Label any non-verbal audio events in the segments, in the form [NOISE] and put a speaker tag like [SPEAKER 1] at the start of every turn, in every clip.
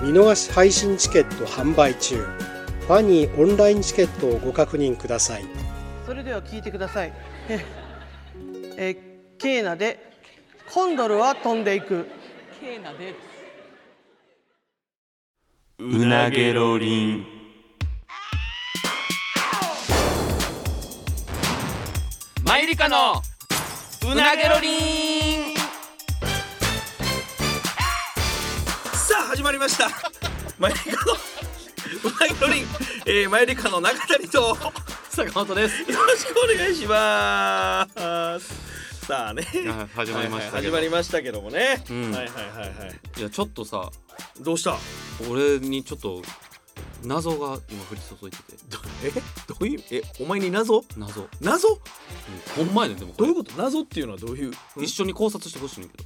[SPEAKER 1] 見逃し配信チケット販売中ファニーオンラインチケットをご確認ください
[SPEAKER 2] それでは聞いてください。えーえーケーナでコンドルは飛んでいく。
[SPEAKER 3] ケーナで
[SPEAKER 4] うなげろりんマイリカのうなげろりん
[SPEAKER 5] さあ始まりましたマイリカのうなぎのりん、えー、マイリカの中谷とよ
[SPEAKER 6] 坂本です。
[SPEAKER 5] ろしくお願いしますさあね
[SPEAKER 4] あ始まりましたけ
[SPEAKER 5] はいは
[SPEAKER 4] ど
[SPEAKER 5] い始まりましたけどもね、
[SPEAKER 4] うん
[SPEAKER 5] はいはいはいはい
[SPEAKER 4] いやちょっとさ
[SPEAKER 5] どうした
[SPEAKER 4] 俺にちょっと謎が今降り注いでて
[SPEAKER 5] えどういうえお前に謎
[SPEAKER 4] 謎
[SPEAKER 5] 謎
[SPEAKER 4] ほんまやねんでもこ
[SPEAKER 5] どう
[SPEAKER 4] れ
[SPEAKER 5] いうこと謎っていうのはどういう、
[SPEAKER 4] 一緒に考察してほしいねんけ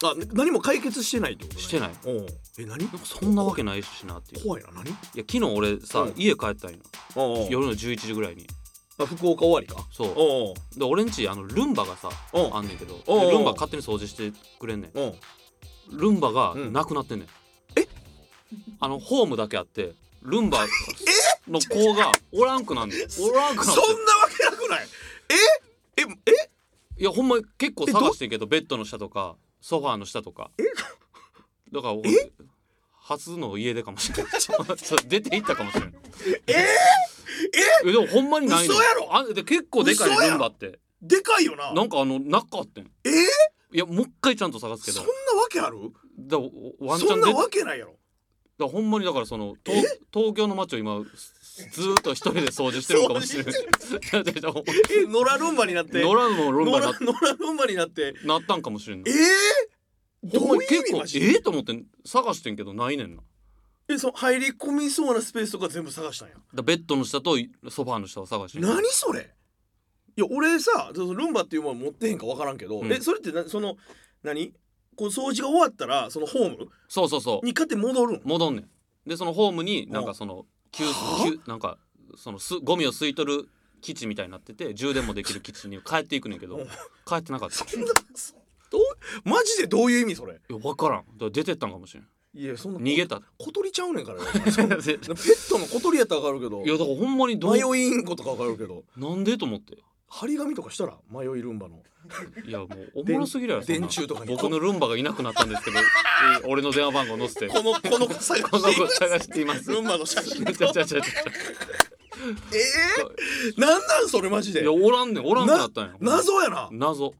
[SPEAKER 4] ど
[SPEAKER 5] あ何も解決してないってことね
[SPEAKER 4] してない
[SPEAKER 5] おうえ何
[SPEAKER 4] そんなわけないしなっていうい
[SPEAKER 5] 怖いな何
[SPEAKER 4] や昨日俺さ
[SPEAKER 5] うん
[SPEAKER 4] 家帰ったんよ
[SPEAKER 5] おうおう
[SPEAKER 4] 夜の11時ぐらいに
[SPEAKER 5] あ福岡終わりか
[SPEAKER 4] そう
[SPEAKER 5] おう
[SPEAKER 4] で俺んちあのルンバがさ
[SPEAKER 5] おうお
[SPEAKER 4] あ
[SPEAKER 5] うん
[SPEAKER 4] ねんけどで
[SPEAKER 5] おうおう
[SPEAKER 4] ルンバ勝手に掃除してくれんねん
[SPEAKER 5] おう
[SPEAKER 4] ルンバが
[SPEAKER 5] うん
[SPEAKER 4] なくなってんねん、あのホームだけあってルンバ
[SPEAKER 5] [LAUGHS]
[SPEAKER 4] の子がおらんくなんねんおらんくな
[SPEAKER 5] そ
[SPEAKER 4] っ
[SPEAKER 5] ん
[SPEAKER 4] て
[SPEAKER 5] なわけなくないえええ
[SPEAKER 4] いやほんま結構
[SPEAKER 5] えど
[SPEAKER 4] 探してんけどベッドの下とかソファーの下とかだから俺初の家出かもし [LAUGHS] れないちょっと出て行ったかもしれないええでもほんまにないねん
[SPEAKER 5] 嘘やろ
[SPEAKER 4] あで結構でか
[SPEAKER 5] 嘘や
[SPEAKER 4] い
[SPEAKER 5] ろ
[SPEAKER 4] ルンバって
[SPEAKER 5] でかいよな
[SPEAKER 4] なんかあの中あってん
[SPEAKER 5] えー
[SPEAKER 4] いやもう一回ちゃんと探すけ
[SPEAKER 5] そ
[SPEAKER 4] ど
[SPEAKER 5] んなわけある
[SPEAKER 4] だからワンチ
[SPEAKER 5] そ
[SPEAKER 4] ャ
[SPEAKER 5] ん
[SPEAKER 4] ン
[SPEAKER 5] な
[SPEAKER 4] 出て
[SPEAKER 5] わけないやろ
[SPEAKER 4] だからほんまにだからその東東京の街を今すずーっと一人で掃除してるかもしれ [LAUGHS] ない。だってほんま
[SPEAKER 5] え野良ルンバになって
[SPEAKER 4] 野良のルンバになっ
[SPEAKER 5] 野良ルンバになって
[SPEAKER 4] なったんかもしれんな
[SPEAKER 5] え
[SPEAKER 4] い。
[SPEAKER 5] ー、ど
[SPEAKER 4] ほん
[SPEAKER 5] う
[SPEAKER 4] ま
[SPEAKER 5] い
[SPEAKER 4] に
[SPEAKER 5] う意味マ
[SPEAKER 4] 結
[SPEAKER 5] ジ
[SPEAKER 4] 構え
[SPEAKER 5] で
[SPEAKER 4] えと思って探してんけどないねんな。だか
[SPEAKER 5] えその入り込みそうなスペースとか全部探したんや
[SPEAKER 4] らベッドの下とソファーの下を探してん
[SPEAKER 5] 何それいや俺さそのルンバっていうもの持ってへんかわからんけど、
[SPEAKER 4] うん
[SPEAKER 5] えそれってなその何こう掃除が終わったらそのホーム
[SPEAKER 4] そうそうそう。
[SPEAKER 5] に買って
[SPEAKER 4] [LAUGHS]
[SPEAKER 5] 戻るん
[SPEAKER 4] 戻んねん。でそのホームになん
[SPEAKER 5] う
[SPEAKER 4] か
[SPEAKER 5] ん
[SPEAKER 4] その吸吸なんかそのすゴミを吸い取る基地みたいになってて充電もできる基地に帰っていくねんけど
[SPEAKER 5] うん
[SPEAKER 4] 帰ってなかった。い
[SPEAKER 5] そんなそどうマジでどういう意味それ
[SPEAKER 4] や分からん。だから出てったんかもしれん。
[SPEAKER 5] いやそんな
[SPEAKER 4] 逃げ
[SPEAKER 5] [LAUGHS]
[SPEAKER 4] た。
[SPEAKER 5] 小鳥ちゃうねんからよお前そんなペットの小鳥やったらわかるけど
[SPEAKER 4] いやだからほんまにどう
[SPEAKER 5] 迷いインコとかわかるけど
[SPEAKER 4] なんでと思って。
[SPEAKER 5] 張り紙とかしたら迷いルンバの
[SPEAKER 4] いやもうおもろすぎるやろ
[SPEAKER 5] 電
[SPEAKER 4] そんな
[SPEAKER 5] 電柱とかに
[SPEAKER 4] 僕のルンバがいなくなったんですけどえー俺の電話番号載せて
[SPEAKER 5] [LAUGHS] このこの子探
[SPEAKER 4] この
[SPEAKER 5] して
[SPEAKER 4] 子探しています
[SPEAKER 5] ルンバの写真
[SPEAKER 4] [LAUGHS] ちゃちゃちゃち
[SPEAKER 5] ええなんなんそれマジ
[SPEAKER 4] ゃ
[SPEAKER 5] で
[SPEAKER 4] いやおらんねんおらんくなったんや
[SPEAKER 5] 謎やな
[SPEAKER 4] 謎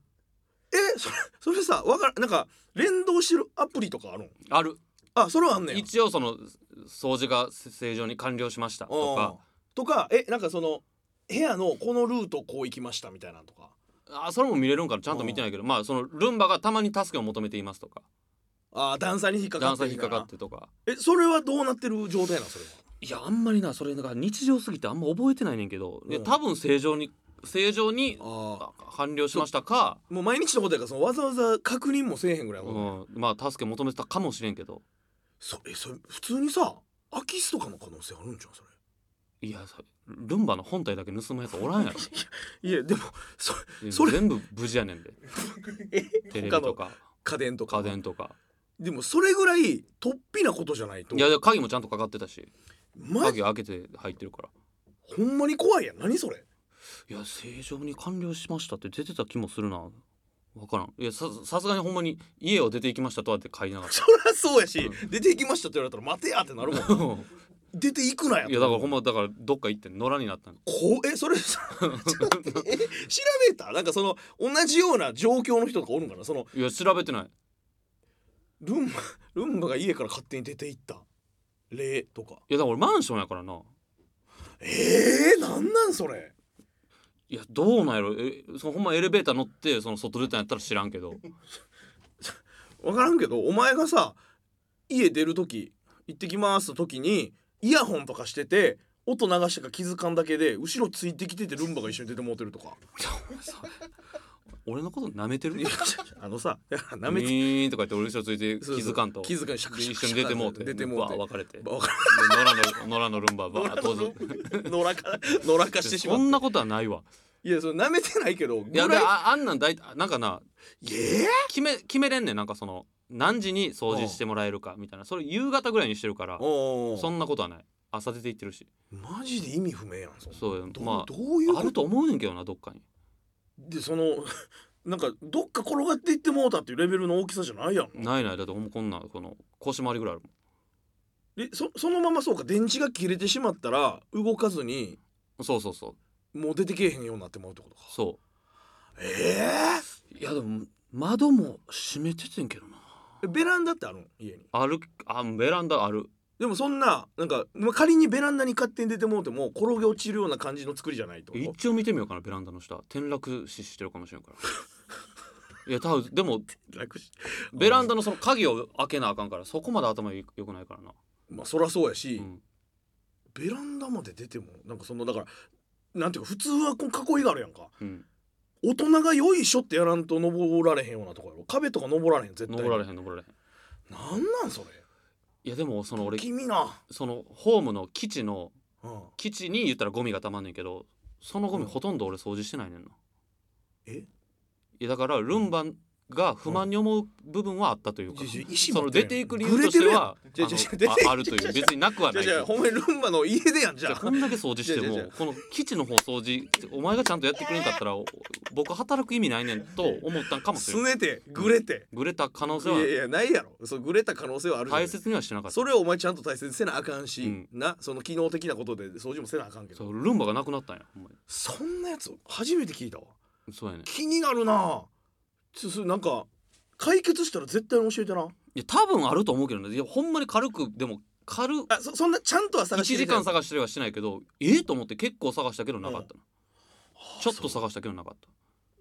[SPEAKER 5] えそれそれさわからなんか連動してるアプリとかあるん
[SPEAKER 4] ある
[SPEAKER 5] あそれはあんねん
[SPEAKER 4] 一応その掃除が正常に完了しましたとか
[SPEAKER 5] とかえなんかその部屋のこのルートこう行きましたみたいなんとか
[SPEAKER 4] あそれも見れるんかなちゃんと見てないけどまあそのルンバがたまに助けを求めていますとか
[SPEAKER 5] あ段差に引っかか
[SPEAKER 4] 段
[SPEAKER 5] って
[SPEAKER 4] 差
[SPEAKER 5] る
[SPEAKER 4] 引っかかってとか
[SPEAKER 5] えそれはどうなってる状態なんそれはい
[SPEAKER 4] やあんまりなそれが日常すぎてあんま覚えてないねんけどいや
[SPEAKER 5] うん
[SPEAKER 4] 多分正常に正常に
[SPEAKER 5] あ
[SPEAKER 4] 完了しましたか
[SPEAKER 5] もう毎日のことやからそのわざわざ確認もせえへんぐらいやもんね
[SPEAKER 4] うん、まあ助け求めてたかもしれんけど
[SPEAKER 5] そえそれ普通にさ空き巣とかの可能性あるんじゃんそれ
[SPEAKER 4] いやそルンバの本体だけ盗むやつおらんやろ
[SPEAKER 5] いやでもそ
[SPEAKER 4] いや
[SPEAKER 5] [LAUGHS] それ
[SPEAKER 4] 全部無事やねんで
[SPEAKER 5] [LAUGHS] え
[SPEAKER 4] テレビとか
[SPEAKER 5] 家電とか
[SPEAKER 4] 家電とか
[SPEAKER 5] でもそれぐらい突飛なことじゃないと
[SPEAKER 4] いやで鍵もちゃんとかかってたし
[SPEAKER 5] マジ
[SPEAKER 4] 鍵開けて入ってるから
[SPEAKER 5] ほんまに怖いやん何それ
[SPEAKER 4] いや正常に完了しましたって出てた気もするな分からんいやささすがにほんまに家を出て行きましたとはって書いてなかっ
[SPEAKER 5] そりゃそうやし、出て行きましたって言われたら待て [LAUGHS] やってなるもん
[SPEAKER 4] たい
[SPEAKER 5] [LAUGHS] 出て行くなや
[SPEAKER 4] やだからほん
[SPEAKER 5] ま
[SPEAKER 4] まだからどっか行って野良になったの
[SPEAKER 5] こうえそれさ [LAUGHS] ちょっと待ってえ調べたなんかその同じような状況の人とかおるんかなその
[SPEAKER 4] いや調べてない
[SPEAKER 5] ルンバルンバが家から勝手に出て行った例とか
[SPEAKER 4] いやだから俺マンションやからな
[SPEAKER 5] えー、なんなんそれ
[SPEAKER 4] いやどうなんやろえそのほんまエレベーター乗ってその外出たんやったら知
[SPEAKER 5] [LAUGHS]
[SPEAKER 4] らんけど
[SPEAKER 5] 分からんけどお前がさ家出る時行ってきますの時にイヤホンとかしてて音流したか気づかんだけで後ろついてきててルンバが一緒に出てもうてるとか
[SPEAKER 4] 俺のこと舐めてる
[SPEAKER 5] いやあ
[SPEAKER 4] [LAUGHS]
[SPEAKER 5] のさいやなめ
[SPEAKER 4] め
[SPEAKER 5] て
[SPEAKER 4] ーんとか言って俺後ろついて気
[SPEAKER 5] そうそう
[SPEAKER 4] づかんと
[SPEAKER 5] 気づかんシャカ
[SPEAKER 4] で
[SPEAKER 5] シャ
[SPEAKER 4] 一
[SPEAKER 5] カ
[SPEAKER 4] 緒に出てもうて
[SPEAKER 5] 出てもうて
[SPEAKER 4] わ別れてで
[SPEAKER 5] わか
[SPEAKER 4] 野良の [LAUGHS] 野良のルンババー
[SPEAKER 5] 野
[SPEAKER 4] ど
[SPEAKER 5] 良
[SPEAKER 4] うぞ
[SPEAKER 5] の野良か野良化してしま
[SPEAKER 4] そ
[SPEAKER 5] うん
[SPEAKER 4] なことはないわ
[SPEAKER 5] いやそれ舐めてないけど
[SPEAKER 4] いや
[SPEAKER 5] ぐらい
[SPEAKER 4] ああんなん大体なんかな
[SPEAKER 5] え
[SPEAKER 4] 決め決めれんねんなんかその何時に掃除してもらえるかみたいなそれ夕方ぐらいにしてるから
[SPEAKER 5] お
[SPEAKER 4] そ
[SPEAKER 5] そ
[SPEAKER 4] んなことはない朝出て行ってるし
[SPEAKER 5] マジで意味不明やんそんな
[SPEAKER 4] そうよ
[SPEAKER 5] ど,、
[SPEAKER 4] ま
[SPEAKER 5] どういう
[SPEAKER 4] ああ
[SPEAKER 5] こ
[SPEAKER 4] る
[SPEAKER 5] と
[SPEAKER 4] と思うねんけどなどっかに
[SPEAKER 5] でその [LAUGHS] なんかどっか転がっていってもうたっていうレベルの大きさじゃないやん
[SPEAKER 4] ないないだってほんまこんなこの腰回りぐらいあるもん
[SPEAKER 5] えそそのままそうか電池が切れてしまったら動かずに
[SPEAKER 4] そうそうそう
[SPEAKER 5] もう出てけえへんようになってまうってことか
[SPEAKER 4] そ
[SPEAKER 5] え
[SPEAKER 4] ういやでも窓も閉めててんけどな
[SPEAKER 5] えベランダってあるん家に
[SPEAKER 4] あるあベランダある
[SPEAKER 5] でもそんななんかまあ仮にベランダに勝手に出てもうても転げ落ちるような感じの作りじゃないってこと
[SPEAKER 4] 一応見てみようかなベランダの下転落死してるかもしれんから [LAUGHS] いや多分でも
[SPEAKER 5] 楽し
[SPEAKER 4] ベランダのその鍵を開けなあかんからそこまで頭よくないからな、
[SPEAKER 5] まあそらそうやし、
[SPEAKER 4] うん
[SPEAKER 5] ベランダまで出てもなんかそのだからなんていうか普通はこう囲いがあるやんか
[SPEAKER 4] うん、
[SPEAKER 5] 大人がよいしょってやらんと登られへんようなとこやろ壁とか登られへん絶対
[SPEAKER 4] 登られへん登られへん
[SPEAKER 5] なんなんそれ
[SPEAKER 4] いやでもその俺
[SPEAKER 5] 君な、
[SPEAKER 4] そのホームの基地の
[SPEAKER 5] うん、
[SPEAKER 4] 基地に言ったらゴミがたまんねんけどそのゴミ
[SPEAKER 5] うん
[SPEAKER 4] ほとんど俺掃除してないねんな、
[SPEAKER 5] え
[SPEAKER 4] いやだからルンバが不満に思う部分はあったというか、
[SPEAKER 5] いやいや意思
[SPEAKER 4] そ
[SPEAKER 5] 持
[SPEAKER 4] の
[SPEAKER 5] ってる
[SPEAKER 4] 出
[SPEAKER 5] やん
[SPEAKER 4] ていく理由としては
[SPEAKER 5] ぐれてるやんじゃじゃ
[SPEAKER 4] あ
[SPEAKER 5] じゃ
[SPEAKER 4] のああるという別になくは
[SPEAKER 5] じ
[SPEAKER 4] な
[SPEAKER 5] ゃあ
[SPEAKER 4] い
[SPEAKER 5] じ
[SPEAKER 4] け
[SPEAKER 5] ゃあ
[SPEAKER 4] ど
[SPEAKER 5] ほんまにルンバの家でやんじ
[SPEAKER 4] じ
[SPEAKER 5] ゃ
[SPEAKER 4] ゃあ
[SPEAKER 5] あ
[SPEAKER 4] こんだけ掃除して
[SPEAKER 5] じゃあじゃあ
[SPEAKER 4] も
[SPEAKER 5] じ
[SPEAKER 4] この基地の方掃除お前がちゃんとやってくれんかったらお僕働く意味ないねんと思ったんかもしれ
[SPEAKER 5] す
[SPEAKER 4] ない
[SPEAKER 5] ねてぐれて、
[SPEAKER 4] ぐれた可能性
[SPEAKER 5] いやい
[SPEAKER 4] は
[SPEAKER 5] やないやろそうぐれた可能性はあるじゃない
[SPEAKER 4] 大切にはしてなかった
[SPEAKER 5] それをお前ちゃんと大切にせなあかんし、
[SPEAKER 4] うん
[SPEAKER 5] なその機能的なことで掃除もせなあかんけ
[SPEAKER 4] そ
[SPEAKER 5] ど
[SPEAKER 4] うルンバがなくなったんやほんまに
[SPEAKER 5] そんなやつ初めて聞いたわ
[SPEAKER 4] そうやね
[SPEAKER 5] 気になるなちょそれなんか解決したら絶対に教えてない
[SPEAKER 4] や多分あると思うけどねいやほんまに軽くでも軽
[SPEAKER 5] あそそんなちゃんとは探
[SPEAKER 4] 1
[SPEAKER 5] して
[SPEAKER 4] 時間探してはしてないけどええと思って結構探したけどなかったの、ちょっと
[SPEAKER 5] さ
[SPEAKER 4] 探したけどなかっ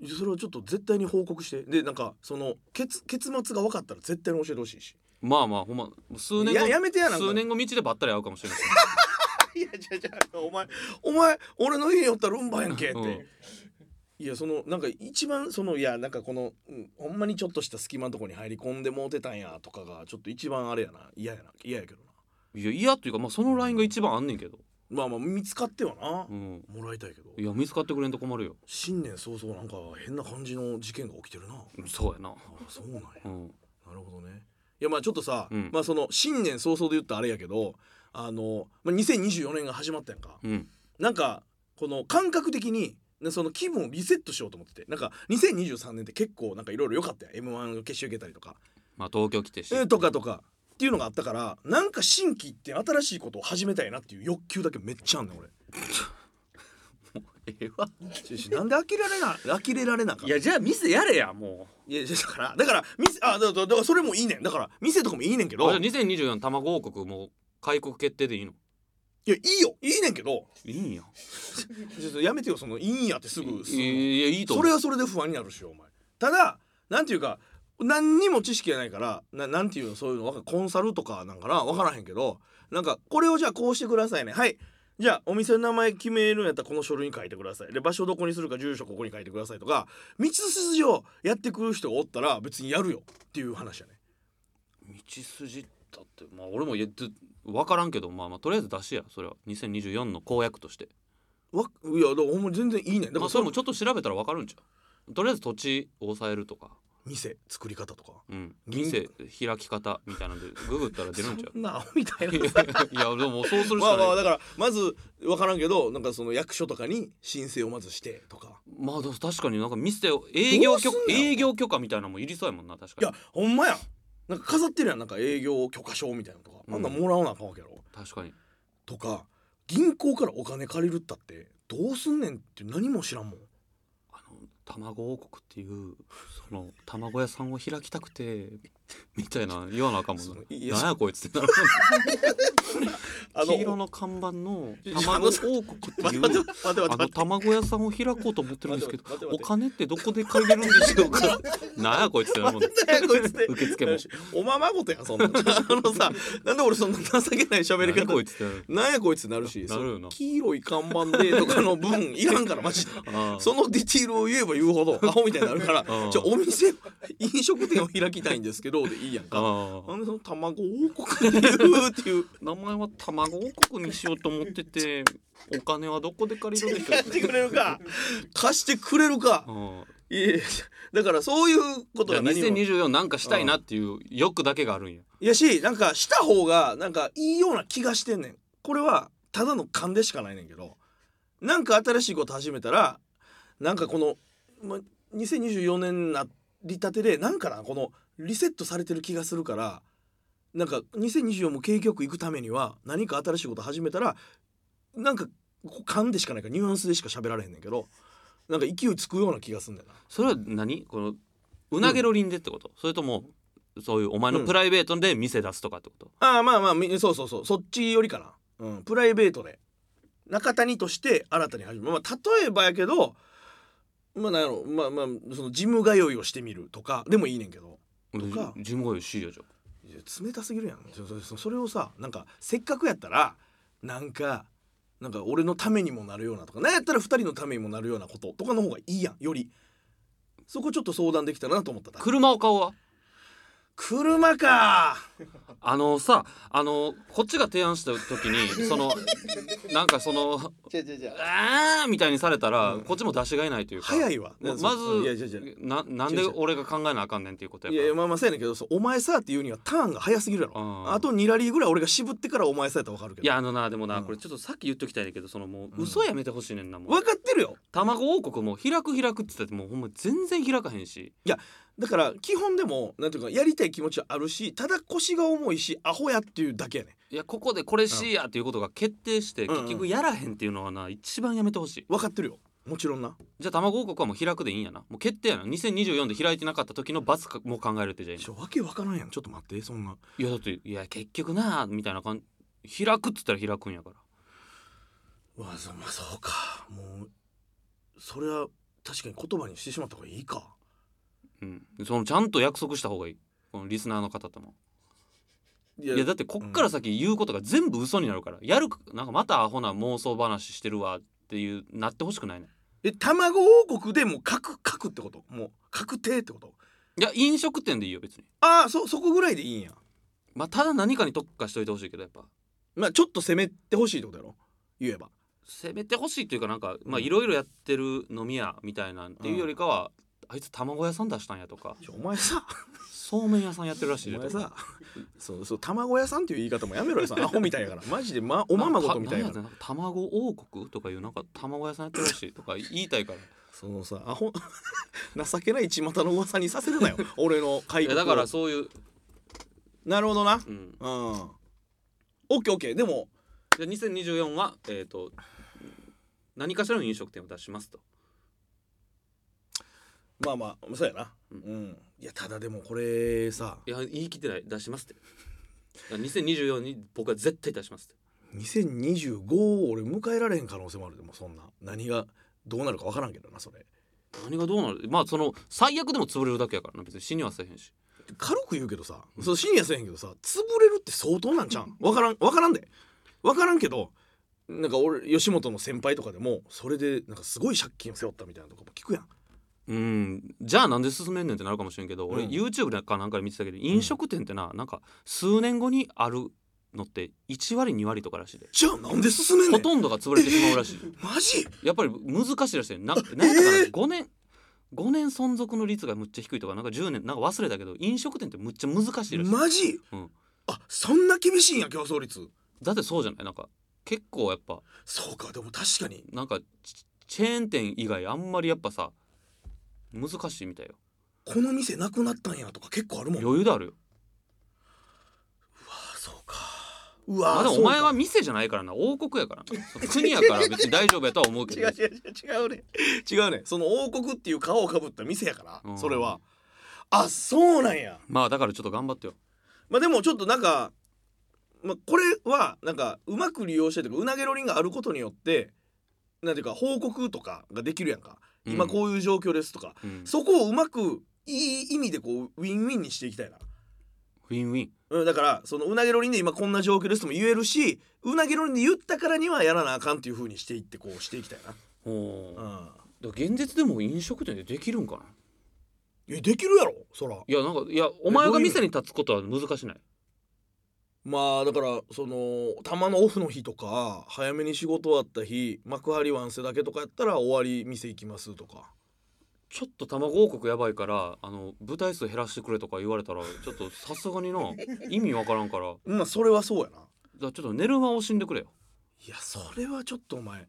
[SPEAKER 4] た
[SPEAKER 5] それをちょっと絶対に報告してでなんかその結結末が分かったら絶対に教えてほしいし
[SPEAKER 4] まあまあほんま数年
[SPEAKER 5] いや
[SPEAKER 4] 後
[SPEAKER 5] やめてやなんか
[SPEAKER 4] 数年後道でばったり会うかもしれない
[SPEAKER 5] いやじゃあじゃあお前お前俺の家におったらルンバやんけって、
[SPEAKER 4] うん
[SPEAKER 5] いやそのなんか一番そのいやなんかこの、うんほんまにちょっとした隙間のとこに入り込んでもうてたんやとかがちょっと一番あれやな嫌やな嫌やけどない
[SPEAKER 4] やいやというかまあそのラインが一番あんねんけど
[SPEAKER 5] まあまあ見つかってはな
[SPEAKER 4] う、ん
[SPEAKER 5] もらいたいけど
[SPEAKER 4] いや見つかってくれんと困るよ
[SPEAKER 5] 新年早々なんか変な感じの事件が起きてるなあ
[SPEAKER 4] そうやな
[SPEAKER 5] そうなんや
[SPEAKER 4] うん
[SPEAKER 5] なるほどねいやまあちょっとさ、
[SPEAKER 4] うん
[SPEAKER 5] まあその新年早々で言ったらあれやけどあの、まあ、2024年が始まったやんか、
[SPEAKER 4] うん
[SPEAKER 5] なんかこの感覚的にねその気分をリセットしようと思っててなんか2023年って結構なんかいろいろ良かったやん m 1の決勝行けたりとか、
[SPEAKER 4] まあ東京来てし
[SPEAKER 5] えーとかとかっていうのがあったからなんか新規って新しいことを始めたいなっていう欲求だけめっちゃあんねん俺
[SPEAKER 4] [LAUGHS] ええわ
[SPEAKER 5] ちょちょなんで呆れられな呆れられなあかん
[SPEAKER 4] いやじゃあ店やれやも
[SPEAKER 5] いやだからだから店あだだだからそれもいいねんだから店とかもいいねんけ
[SPEAKER 4] う
[SPEAKER 5] ど
[SPEAKER 4] あ
[SPEAKER 5] い
[SPEAKER 4] じゃあ2024卵王国もう開国決定でいいの
[SPEAKER 5] やいいよいいねんけど
[SPEAKER 4] いいんや
[SPEAKER 5] ちょっとやめてよその「いいんや」ってすぐす
[SPEAKER 4] い
[SPEAKER 5] ぐ
[SPEAKER 4] やいやいいと
[SPEAKER 5] そ
[SPEAKER 4] 思う
[SPEAKER 5] れはそれで不安になるしお前ただなんていうか何にも知識がないからななんていうのそういうのわかコンサルとかなんかな分からへんけどなんかこれをじゃあこうしてくださいねはいじゃあお店の名前決めるんやったらこの書類に書いてくださいで場所どこにするか住所ここに書いてくださいとか道筋をやってくる人がおったら別にやるよっていう話やね
[SPEAKER 4] 道筋だってまあ俺も言って分からんけどまあまあとりあえず出しやそれは2024の公約として
[SPEAKER 5] わいやだからほんま全然いいねんだか
[SPEAKER 4] ま
[SPEAKER 5] ら
[SPEAKER 4] あそれ
[SPEAKER 5] そ
[SPEAKER 4] も
[SPEAKER 5] も
[SPEAKER 4] ちょっと調べたら分かるんちゃうとりあえず土地を抑えるとか、
[SPEAKER 5] 店作り方とか
[SPEAKER 4] うん、
[SPEAKER 5] 銀
[SPEAKER 4] 店開き方みたいなんでググったら出るんちゃ
[SPEAKER 5] [LAUGHS] そんなアホみたいな
[SPEAKER 4] ういやでもそうするし
[SPEAKER 5] ま
[SPEAKER 4] か
[SPEAKER 5] あ
[SPEAKER 4] ない
[SPEAKER 5] まあだからまず分からんけどなんかその役所とかに申請をまずしてとか
[SPEAKER 4] まあでも確かになんか店を営業許
[SPEAKER 5] どうすんの
[SPEAKER 4] 営業許可みたいなのもいりそうやもんな確
[SPEAKER 5] い
[SPEAKER 4] か
[SPEAKER 5] や
[SPEAKER 4] に
[SPEAKER 5] ほんまやんなんか飾ってるやんなんか営業許可証みたいなのとか
[SPEAKER 4] うん
[SPEAKER 5] あんなんもらわなあかんわけやろ、
[SPEAKER 4] 確かに
[SPEAKER 5] とか銀行からお金借りるったってどうすんねんって何も知らんもん
[SPEAKER 4] あの卵王国っていうその卵屋さんを開きたくてみたいな言わなあかんもんな
[SPEAKER 5] そういや
[SPEAKER 4] 何やこいつってなる
[SPEAKER 5] [LAUGHS] あの
[SPEAKER 4] 黄色の看板の
[SPEAKER 5] ちょ
[SPEAKER 4] 卵王国って
[SPEAKER 5] 待
[SPEAKER 4] い
[SPEAKER 5] って待
[SPEAKER 4] う
[SPEAKER 5] って待って
[SPEAKER 4] あの卵屋さんを開こうと思ってるんですけど
[SPEAKER 5] 待って
[SPEAKER 4] お
[SPEAKER 5] 待って
[SPEAKER 4] 金ってどこで借りれるんでしょうか何やこいつって [LAUGHS] なるもん
[SPEAKER 5] なんだよこいつって
[SPEAKER 4] 受付も
[SPEAKER 5] おままごとやんそんなん [LAUGHS] あのさなんで俺そんな情けない喋り
[SPEAKER 4] 何や
[SPEAKER 5] 方
[SPEAKER 4] こいつってなる
[SPEAKER 5] なんやこいつってなるし
[SPEAKER 4] なるよな
[SPEAKER 5] その黄色い看板でとかの分いらんからマジで
[SPEAKER 4] ああ
[SPEAKER 5] そのディティールを言えば言うほどアホみたいになるから
[SPEAKER 4] ん
[SPEAKER 5] じゃあお店飲食店を開きたいんですけどでいいやんか
[SPEAKER 4] ああ
[SPEAKER 5] なんでその卵王国っていうっていう
[SPEAKER 4] 名前は卵王国にしようと思っててお金はどこで借りるんでし
[SPEAKER 5] [LAUGHS]
[SPEAKER 4] ょ
[SPEAKER 5] 貸してくれるか貸してくれるか
[SPEAKER 4] ううん
[SPEAKER 5] いやいやだからそういうこと
[SPEAKER 4] じゃ
[SPEAKER 5] が
[SPEAKER 4] あ
[SPEAKER 5] 何よりも
[SPEAKER 4] 2024なんかしたいなっていう欲だけがあるんや
[SPEAKER 5] いやしなんかした方がなんかいいような気がしてんねんこれはただの勘でしかないねんけどなんか新しいこと始めたらなんかこの、ま、2024年なりたてでなんかなこのリセットされてる気がするからなんか2024も景気よく行くためには何か新しいこと始めたらなんかこう勘でしかないからニュアンスでしか喋られへんねんけどなんか勢いつくような気がすんだよな。
[SPEAKER 4] それは何このうなげろりんでってこと、それともそういうお前のプライベートで店出すとかってこと、
[SPEAKER 5] ああまあまあみそうそうそうそっちよりかな、うん、プライベートで中谷として新たに始める、まあ、例えばやけどまあなんやろまあまあそのジム通いをしてみるとかでもいいねんけどとか
[SPEAKER 4] 自分がよしいよじゃあ
[SPEAKER 5] いや冷たすぎるやんそそそそれをさなんかせっかくやったらなんかなんか俺のためにもなるようなとかなんやったら2人のためにもなるようなこととかの方がいいやんよりそこちょっと相談できたらなと思っただ
[SPEAKER 4] 車を買おうわ
[SPEAKER 5] 車か
[SPEAKER 4] あのさあのこっちが提案した時
[SPEAKER 5] [LAUGHS]
[SPEAKER 4] にそのなんかその
[SPEAKER 2] じゃじゃじゃ
[SPEAKER 4] あーみたいにされたら、こっちも出しがいないというか
[SPEAKER 5] 早いわ
[SPEAKER 4] もうま
[SPEAKER 5] いやいやいや
[SPEAKER 4] ずななんで俺が考えなあかんねんっていうことや
[SPEAKER 5] い
[SPEAKER 4] か
[SPEAKER 5] やいや
[SPEAKER 4] ら
[SPEAKER 5] まあまあそうやねんけどそうお前さっていうにはターンが早すぎるやろ
[SPEAKER 4] うん
[SPEAKER 5] あと2ラリーぐらい俺が渋ってからお前さやったら分かるけど
[SPEAKER 4] いやあのなでもな、
[SPEAKER 5] うん
[SPEAKER 4] これちょっとさっき言っときたいんだけどそのも
[SPEAKER 5] うん
[SPEAKER 4] う嘘やめてほしいねんなもう、
[SPEAKER 5] 分かってるよ
[SPEAKER 4] 卵王国も開く開くって言っててもうほんま全然開かへんし
[SPEAKER 5] だから基本でもなんていうかやりたい気持ちはあるしただ腰が重いしアホやっていうだけやねん
[SPEAKER 4] いやここでこれしやっていうことが決定して、
[SPEAKER 5] うんうん
[SPEAKER 4] 結局やらへんっていうのはな一番やめてほしい
[SPEAKER 5] 分かってるよもちろんな
[SPEAKER 4] じゃあ卵王国はもう開くでいいんやなもう決定やな2024で開いてなかった時の罰かも考えるってじゃあ
[SPEAKER 5] ちょわけ分からんやんちょっと待ってそんない
[SPEAKER 4] やだっていや結局なみたいな感じ開くっつったら開くんやから
[SPEAKER 5] わざまあそうかもうそれは確かに言葉にしてしまった方がいいか
[SPEAKER 4] うんそのちゃんと約束した方がいいこのリスナーの方とも
[SPEAKER 5] い
[SPEAKER 4] いやだってこっから先言うことが全部嘘になるからやるなんかまたアホな妄想話してるわっていうなってほしくないね
[SPEAKER 5] え卵王国でもう確確ってこともう確定ってこと
[SPEAKER 4] いや飲食店でいいよ別に
[SPEAKER 5] ああそそこぐらいでいいんや
[SPEAKER 4] まあただ何かに特化しといてほしいけどやっぱ
[SPEAKER 5] まあちょっと攻めてほしいってことやろ言えば
[SPEAKER 4] 攻めてほしいというかなんかまあ
[SPEAKER 5] うん
[SPEAKER 4] いろいろやってる飲み屋みたいなんっていうよりかは、あいつ卵屋さん出したんやとか
[SPEAKER 5] ちょお前さ
[SPEAKER 4] そうめん屋さんやってるらし
[SPEAKER 5] お
[SPEAKER 4] いで
[SPEAKER 5] 前
[SPEAKER 4] とか
[SPEAKER 5] さそうそう卵屋さんっていう言い方もやめろよさ
[SPEAKER 4] [LAUGHS]
[SPEAKER 5] アホみたいやからマジで、ま、おままごとみたい
[SPEAKER 4] な
[SPEAKER 5] なん
[SPEAKER 4] やったかな卵王国とかいうなんか卵屋さんやってるらしいとか言いたいから
[SPEAKER 5] そのさアホ [LAUGHS] 情けない巷の噂にさせ
[SPEAKER 4] [LAUGHS]
[SPEAKER 5] るなよ俺の
[SPEAKER 4] い
[SPEAKER 5] 会
[SPEAKER 4] やだからそういう、
[SPEAKER 5] なるほどな
[SPEAKER 4] うん、
[SPEAKER 5] うんオッケーオッケーでも
[SPEAKER 4] で2024はえっ、と何かしらの飲食店を出しますと
[SPEAKER 5] まあまあそうやなう、
[SPEAKER 4] うんん
[SPEAKER 5] いやただでもこれさ
[SPEAKER 4] いや言い切ってない出しますってだから2024に僕は絶対出しますって
[SPEAKER 5] 2025を俺迎えられへん可能性もあるでもそんな何がどうなるか分からんけどなそれ
[SPEAKER 4] 何がどうなるまあその最悪でも潰れるだけやからな別に死にはせえへんし
[SPEAKER 5] 軽く言うけどさ、そう深夜せえへんけどさ潰れるって相当なんちゃうん分からん分からんで分からんけどなんか俺吉本の先輩とかでもそれでなんかすごい借金を背負ったみたいなとかも聞くやん
[SPEAKER 4] うんじゃあなんで進めんねんってなるかもしれんけど、俺
[SPEAKER 5] うん
[SPEAKER 4] YouTube かなんかで見てたけど飲食店ってななんか数年後にあるのって1割2割とからしいで、
[SPEAKER 5] じゃあなんで進めんね
[SPEAKER 4] ほ
[SPEAKER 5] ん
[SPEAKER 4] とんどが潰れてしまうらし
[SPEAKER 5] [LAUGHS]
[SPEAKER 4] い
[SPEAKER 5] マジ
[SPEAKER 4] やっぱり難しいらしいねななんかな5年5年存続の率がむっちゃ低いとかなんか10年なんか忘れたけど飲食店ってむっちゃ難しいらしい、
[SPEAKER 5] マジ、
[SPEAKER 4] うん
[SPEAKER 5] あそんな厳しいんや競争率
[SPEAKER 4] だってそうじゃないなんか結構やっぱ
[SPEAKER 5] そうかでも確かに
[SPEAKER 4] なんかチチェーン店以外あんまりやっぱさ難しいみたいよ
[SPEAKER 5] この店なくなったんやとか結構あるもんあ
[SPEAKER 4] 余裕であるよ
[SPEAKER 5] そうかう
[SPEAKER 4] ま
[SPEAKER 5] わ
[SPEAKER 4] あでも
[SPEAKER 5] そ
[SPEAKER 4] お
[SPEAKER 5] うか
[SPEAKER 4] 前は店じゃないからな王国やからなその国やから別に大丈夫やとは思うけ
[SPEAKER 5] 違
[SPEAKER 4] ど [LAUGHS]
[SPEAKER 5] う違う違う違うね違うねその王国っていう皮をかぶった店やから、
[SPEAKER 4] うん
[SPEAKER 5] それはあそうなんや
[SPEAKER 4] まあだからちょっと頑張ってよ
[SPEAKER 5] まあでもちょっとなんか、まあ、これはなんかうまく利用してというかうなげロリンがあることによってなんていうか報告とかができるやんか
[SPEAKER 4] うん
[SPEAKER 5] 今こういう状況ですとか、
[SPEAKER 4] うん
[SPEAKER 5] そこをうまくいい意味でこうウィンウィンにしていきたいな。
[SPEAKER 4] ウィンウィン
[SPEAKER 5] うん、だからそのうなげロリンで今こんな状況ですとも言えるしうなげロリンで言ったからにはやらなあかんっていう風にしていってこうしていきたい
[SPEAKER 4] おーだか
[SPEAKER 5] な、
[SPEAKER 4] ら現実でも飲食店でできるんかな
[SPEAKER 5] うん、えできるやろそら
[SPEAKER 4] いやなんかいやお前
[SPEAKER 5] ど
[SPEAKER 4] が
[SPEAKER 5] ういう意味
[SPEAKER 4] 店に立つことは難しない
[SPEAKER 5] まあだからそのたまのオフの日とか早めに仕事終わった日幕張ワンセだけとかやったら終わり店行きますとか
[SPEAKER 4] ちょっと卵王国やばいからあの舞台数減らしてくれとか言われたらちょっとさす [LAUGHS] がにな意味わからんからだか
[SPEAKER 5] まあそれはそうやな
[SPEAKER 4] らちょっと寝る間を死んでくれよ
[SPEAKER 5] いやそれはちょっとお前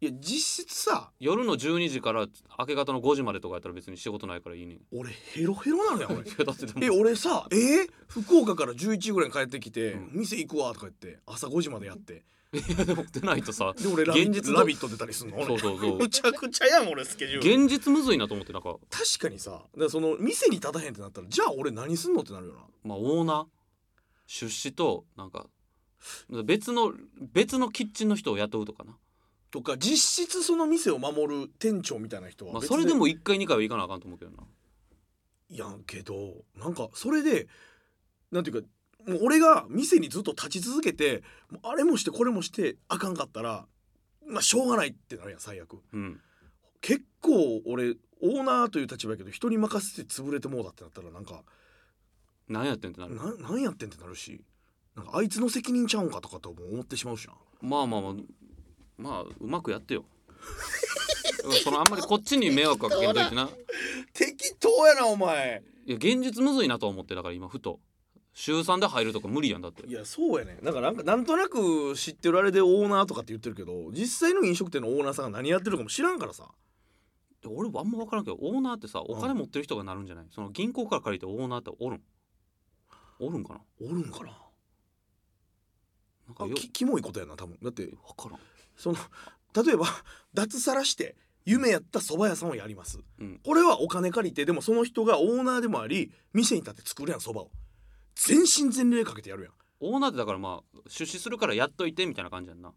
[SPEAKER 5] いや実質さ
[SPEAKER 4] 夜の12時から明け方の5時までとかやったら別に仕事ないからいいねん [LAUGHS] い
[SPEAKER 5] 俺ヘロヘロなのよ
[SPEAKER 4] [LAUGHS]
[SPEAKER 5] 俺
[SPEAKER 4] やだってでも
[SPEAKER 5] え俺さえー福岡から11時ぐらいに帰ってきて、
[SPEAKER 4] うん
[SPEAKER 5] 店行くわとか言って朝5時までやって
[SPEAKER 4] いやでも出ないとさ
[SPEAKER 5] で俺ラビ
[SPEAKER 4] 現実の
[SPEAKER 5] ラビット出たりすんの俺
[SPEAKER 4] そうそう [LAUGHS] そう
[SPEAKER 5] むちゃくちゃやん俺スケジュール
[SPEAKER 4] 現実むずいなと思ってなんか
[SPEAKER 5] 確かにさだからその店に立たへんってなったらじゃあ俺何すんのってなるよな
[SPEAKER 4] まあオーナー出資となんか別の別のキッチンの人を雇うとかな、
[SPEAKER 5] とか実質その店を守る店長みたいな人は
[SPEAKER 4] まあ、
[SPEAKER 5] 別
[SPEAKER 4] それでも1回2回は行かなあかんと思うけどない
[SPEAKER 5] やんけどなんかそれでなんていうかもう俺が店にずっと立ち続けてもうあれもしてこれもしてあかんかったらまあしょうがないってなるやん最悪
[SPEAKER 4] うん
[SPEAKER 5] 結構俺オーナーという立場やけど人に任せて潰れてもうだってなったらなんか
[SPEAKER 4] 何やってんってなる
[SPEAKER 5] ななんやってんってなるしなんかあいつの責任ちゃうんかとかとも思ってしまうしな
[SPEAKER 4] まあまあまあまあうまくやってよ [LAUGHS] うんそのあんまりこっちに迷惑はかけんといてな
[SPEAKER 5] 適当やなお前
[SPEAKER 4] いや現実むずいなと思ってだから今ふと週3で入るとか無理やんだって
[SPEAKER 5] いやそうやねなんかなんかなんとなく知ってるあれでオーナーとかって言ってるけど実際の飲食店のオーナーさんが何やってるかも知らんからさ
[SPEAKER 4] で俺はあんま分からんけどオーナーってさお金持ってる人がなるんじゃない、その銀行から借りてオーナーっておるんおるんかな
[SPEAKER 5] おるんかな
[SPEAKER 4] なんか
[SPEAKER 5] あ
[SPEAKER 4] よ
[SPEAKER 5] きキモいことやな多分だって
[SPEAKER 4] 分からん
[SPEAKER 5] その [LAUGHS] 例えば脱サラして夢やった蕎麦屋さんをやります、
[SPEAKER 4] うん
[SPEAKER 5] これはお金借りてでもその人がオーナーでもあり店に立って作るやん蕎麦を全身全霊かけてやるやんっ
[SPEAKER 4] オーナーってだからまあ出資するからやっといてみたいな感じやんな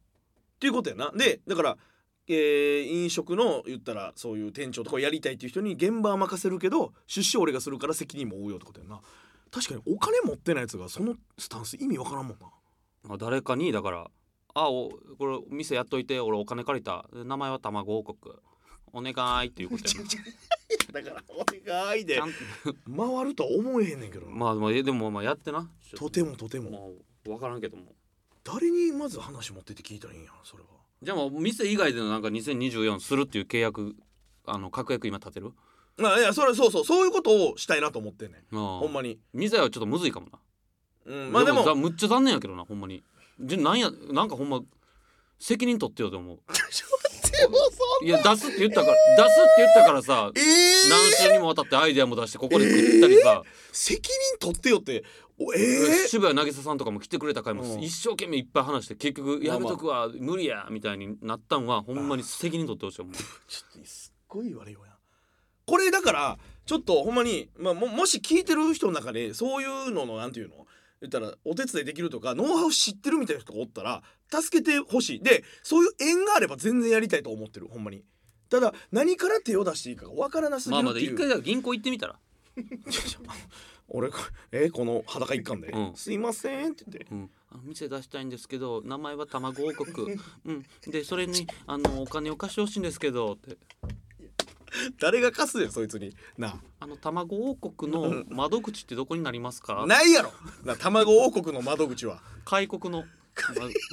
[SPEAKER 5] ていうことやなでだから、えー飲食の言ったらそういう店長とかをやりたいっていう人に現場は任せるけど出資は俺がするから責任も負うよってことやんな確かにお金持ってないやつがそのスタンス意味わからんもんな
[SPEAKER 4] まあ、誰かにだから「あおこれ店やっといて俺お金借りた名前は卵王国お願い」っていうことやな [LAUGHS] ち
[SPEAKER 5] [LAUGHS] だからお願いで
[SPEAKER 4] ゃんと
[SPEAKER 5] 回るとは思えへんねんけどな、
[SPEAKER 4] まあまあえでもまあやってなちょ
[SPEAKER 5] とてもとても
[SPEAKER 4] もう分からんけども
[SPEAKER 5] 誰にまず話持ってって聞いたらいいんやそれは
[SPEAKER 4] じゃあもう店以外でのなんか2024するっていう契約あの確約今立てる
[SPEAKER 5] あいやそれはそうそうそういうことをしたいなと思ってんねん
[SPEAKER 4] まあ
[SPEAKER 5] ほんまに、
[SPEAKER 4] 店はちょっとむずいかもな
[SPEAKER 5] うん、まあでも
[SPEAKER 4] ざむっちゃ残念やけどなほんまにじゃなんやなんかほんま責任取ってよと思
[SPEAKER 5] [LAUGHS]
[SPEAKER 4] ういや出すって言ったから、出すって言ったからさ
[SPEAKER 5] え
[SPEAKER 4] 何
[SPEAKER 5] ー、
[SPEAKER 4] 週にもわたってアイデアも出してここで食ったりさ、
[SPEAKER 5] 責任取ってよっておえ
[SPEAKER 4] 渋谷渚さんとかも来てくれた回も
[SPEAKER 5] うん
[SPEAKER 4] 一生懸命いっぱい話して結局やめとくわ無理やみたいになったんはほんまに責任取ってほしいもん
[SPEAKER 5] ー、ちょっとすっごい悪いよやこれだからちょっとほんまに、まあ、ももし聞いてる人の中でそういうののなんていうの言ったらお手伝いできるとかノウハウ知ってるみたいな人がおったら助けてほしいでそういう縁があれば全然やりたいと思ってるほんまにただ何から手を出していいかがわからなすぎ
[SPEAKER 4] まあ
[SPEAKER 5] る
[SPEAKER 4] ま
[SPEAKER 5] っ
[SPEAKER 4] あ
[SPEAKER 5] て
[SPEAKER 4] で
[SPEAKER 5] いう
[SPEAKER 4] 一回だから銀行行ってみたら
[SPEAKER 5] 俺こえこの裸一貫で「
[SPEAKER 4] うん
[SPEAKER 5] すいません」って言って
[SPEAKER 4] うん、あの店出したいんですけど名前は卵王国、うん、でそれにあのお金を貸してほしいんですけどって
[SPEAKER 5] 誰が貸すよそいつにな
[SPEAKER 4] あの卵王国の窓口ってどこになります
[SPEAKER 5] あ
[SPEAKER 4] か
[SPEAKER 5] ないやろな卵王国の窓口は
[SPEAKER 4] 開国の、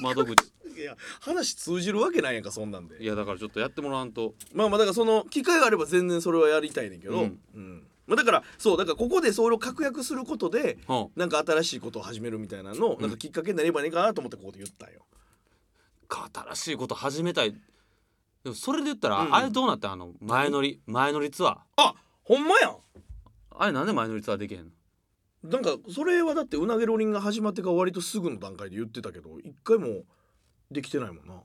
[SPEAKER 4] ま窓口
[SPEAKER 5] いや話通じるわけないやんかそんなん
[SPEAKER 4] い
[SPEAKER 5] で
[SPEAKER 4] やだからちょっとやってもらわんと
[SPEAKER 5] まあまあだからその機会があれば全然それはやりたいねんけど、う
[SPEAKER 4] うんん
[SPEAKER 5] まあ、だからそうだからここでそれを確約することで
[SPEAKER 4] は
[SPEAKER 5] なんか新しいことを始めるみたいなのをなんかきっかけになればねえかなと思ってここで言ったんよ
[SPEAKER 4] あ新しいこと始めたいでもそれで言ったら、
[SPEAKER 5] うん
[SPEAKER 4] あれどうなってあの前乗り前乗りツアー
[SPEAKER 5] あほんまやん
[SPEAKER 4] あれなんで前乗りツアーできへんの
[SPEAKER 5] なんかそれはだってうなげロリンが始まってから割とすぐの段階で言ってたけど一回もできてないもんな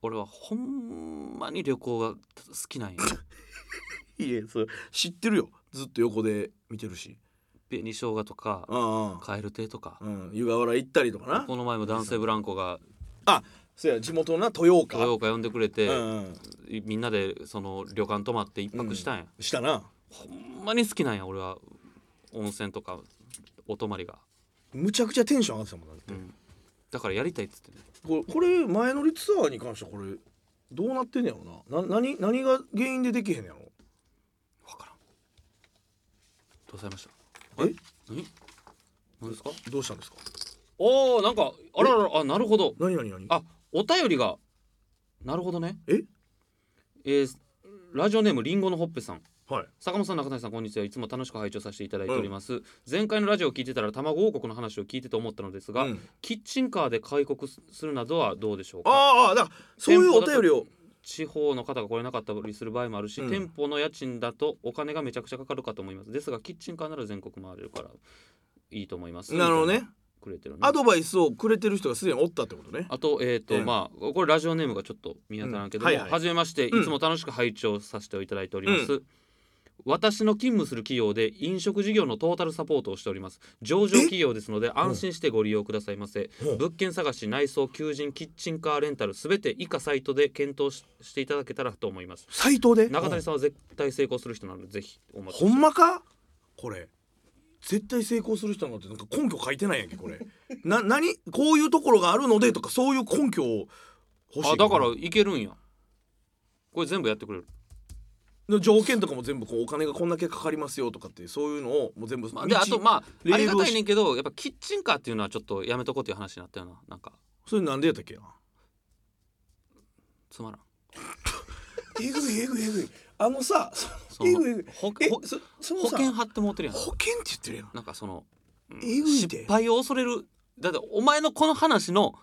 [SPEAKER 4] 俺はほんまに旅行が好きなんや
[SPEAKER 5] いやそう知ってるよずっと横で見てるし
[SPEAKER 4] 紅生姜とか
[SPEAKER 5] うん
[SPEAKER 4] 蛙亭とか
[SPEAKER 5] うんうん湯河原行ったりとかな
[SPEAKER 4] この前も男性ブランコが
[SPEAKER 5] あそうや地元のな豊岡
[SPEAKER 4] 豊岡呼んでくれて、
[SPEAKER 5] うんうん
[SPEAKER 4] みんなでその旅館泊まって一泊したんや、
[SPEAKER 5] したな
[SPEAKER 4] ほんまに好きなんや俺は温泉とかお泊まりが、
[SPEAKER 5] むちゃくちゃテンション上がってたもんだって、
[SPEAKER 4] うんだからやりたいっつってね
[SPEAKER 5] これこれ前乗りツアーに関してはこれどうなってんねやろなな何何が原因でできへんねやろ
[SPEAKER 4] 分からんどうされました
[SPEAKER 5] え
[SPEAKER 4] 何何ですか
[SPEAKER 5] どうしたんですか
[SPEAKER 4] おーなんかあらららあなるほど
[SPEAKER 5] 何何何
[SPEAKER 4] あお便りがなるほどね
[SPEAKER 5] え
[SPEAKER 4] えーラジオネームりんごのほっぺさん
[SPEAKER 5] はい
[SPEAKER 4] 坂本さん中谷さんこんにちはいつも楽しく拝聴させていただいております、前回のラジオを聞いてたら卵王国の話を聞いてて思ったのですが、
[SPEAKER 5] うん
[SPEAKER 4] キッチンカーで開国すするなどはどうでしょうか
[SPEAKER 5] ああだからそういうお便りを
[SPEAKER 4] 地方の方が来れなかったりする場合もあるし、
[SPEAKER 5] うん
[SPEAKER 4] 店舗の家賃だとお金がめちゃくちゃかかるかと思いますですがキッチンカーなら全国回れるからいいと思います
[SPEAKER 5] なるほどね
[SPEAKER 4] くれてるね
[SPEAKER 5] アドバイスをくれてる人がすでにおったってことね
[SPEAKER 4] あとえっ、と、
[SPEAKER 5] ええ
[SPEAKER 4] まあこれラジオネームがちょっと見当たらんけども、
[SPEAKER 5] うんは
[SPEAKER 4] はい
[SPEAKER 5] はい
[SPEAKER 4] じめまして、
[SPEAKER 5] うん
[SPEAKER 4] いつも楽しく拝聴させていただいております、私の勤務する企業で飲食事業のトータルサポートをしております上場企業ですので安心してご利用くださいませ
[SPEAKER 5] うん
[SPEAKER 4] 物件探し内装求人キッチンカーレンタルすべて以下サイトで検討ししていただけたらと思います
[SPEAKER 5] サイトで
[SPEAKER 4] 中谷さんは絶対成功する人なのでぜひお待ちして
[SPEAKER 5] ほんまかこれ絶対成功する人なんてなんか根拠書いてないやんけこれ [LAUGHS] な何こういうところがあるのでとかそういう根拠を欲しい
[SPEAKER 4] あだからいけるんやこれ全部やってくれる、
[SPEAKER 5] の条件とかも全部こうお金がこんだけかかりますよとかってそういうのをもう全部
[SPEAKER 4] まあ、であとま
[SPEAKER 5] レ
[SPEAKER 4] ああ
[SPEAKER 5] ール
[SPEAKER 4] り
[SPEAKER 5] を
[SPEAKER 4] がたいねんけどやっぱキッチンカーっていうのはちょっとやめとこうっていう話になったよななんか
[SPEAKER 5] それなんでやったっけな
[SPEAKER 4] つまらん
[SPEAKER 5] えぐいえぐいえぐいあのさそ
[SPEAKER 4] その
[SPEAKER 5] えぐいえぐい
[SPEAKER 4] ほ
[SPEAKER 5] え
[SPEAKER 4] ほ
[SPEAKER 5] そその
[SPEAKER 4] 保
[SPEAKER 5] さ
[SPEAKER 4] 険貼ってもうてるやん
[SPEAKER 5] 保険って言ってるやん
[SPEAKER 4] なんかそのうん
[SPEAKER 5] えぐいで
[SPEAKER 4] 失敗を恐れるだってお前のこの話の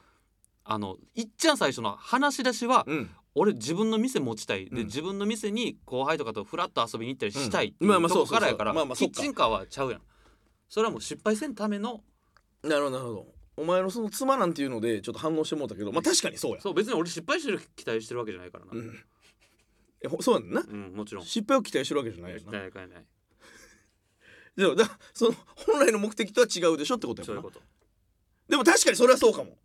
[SPEAKER 4] あのいっちゃん最初の話し出しは、
[SPEAKER 5] うん
[SPEAKER 4] 俺自分の店持ちたいで、
[SPEAKER 5] うん
[SPEAKER 4] 自分の店に後輩とかとフラッと遊びに行ったりしたいって
[SPEAKER 5] うん
[SPEAKER 4] い
[SPEAKER 5] まあま
[SPEAKER 4] う
[SPEAKER 5] あ
[SPEAKER 4] と
[SPEAKER 5] そう
[SPEAKER 4] こ
[SPEAKER 5] そうそう
[SPEAKER 4] からやから
[SPEAKER 5] ま
[SPEAKER 4] キ
[SPEAKER 5] あまあそっ
[SPEAKER 4] ッ
[SPEAKER 5] か
[SPEAKER 4] チンカーはちゃうやんそれはもう失敗せんための
[SPEAKER 5] なるほどなるほどお前のその妻なんていうのでちょっと反応してもうたけどまあ確かにそうや
[SPEAKER 4] そう別に俺失敗してる期待してるわけじゃないからな
[SPEAKER 5] う
[SPEAKER 4] うんん、
[SPEAKER 5] えほそうやんな
[SPEAKER 4] もちろん
[SPEAKER 5] 失敗を期待してるわけじゃないよ
[SPEAKER 4] 絶
[SPEAKER 5] な
[SPEAKER 4] 対変えない
[SPEAKER 5] でもだその本来の目的とは違うでしょってことや
[SPEAKER 4] そ
[SPEAKER 5] も
[SPEAKER 4] うんいう
[SPEAKER 5] な
[SPEAKER 4] こと
[SPEAKER 5] でも確かにそれはそうかも